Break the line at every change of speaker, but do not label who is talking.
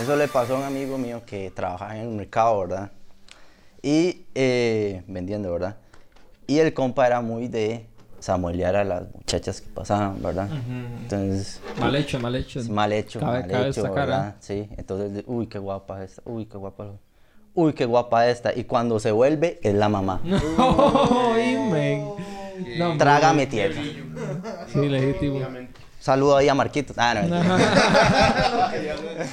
Eso le pasó a un amigo mío que trabajaba en el mercado, ¿verdad? Y eh, vendiendo, ¿verdad? Y el compa era muy de samuelear a las muchachas que pasaban, ¿verdad? Entonces,
Mal hecho, mal hecho.
es mal hecho,
Cabe-
mal
cabe
hecho,
destacar, ¿eh?
¿verdad? Sí, entonces, de, uy, qué guapa esta, uy, qué guapa, lo- uy, qué guapa esta. Y cuando se vuelve, es la mamá.
Ay, men. No, hombre,
Trágame tierra.
Sí, legítimo.
Saludo ahí a Marquitos. Ah, no, mentira.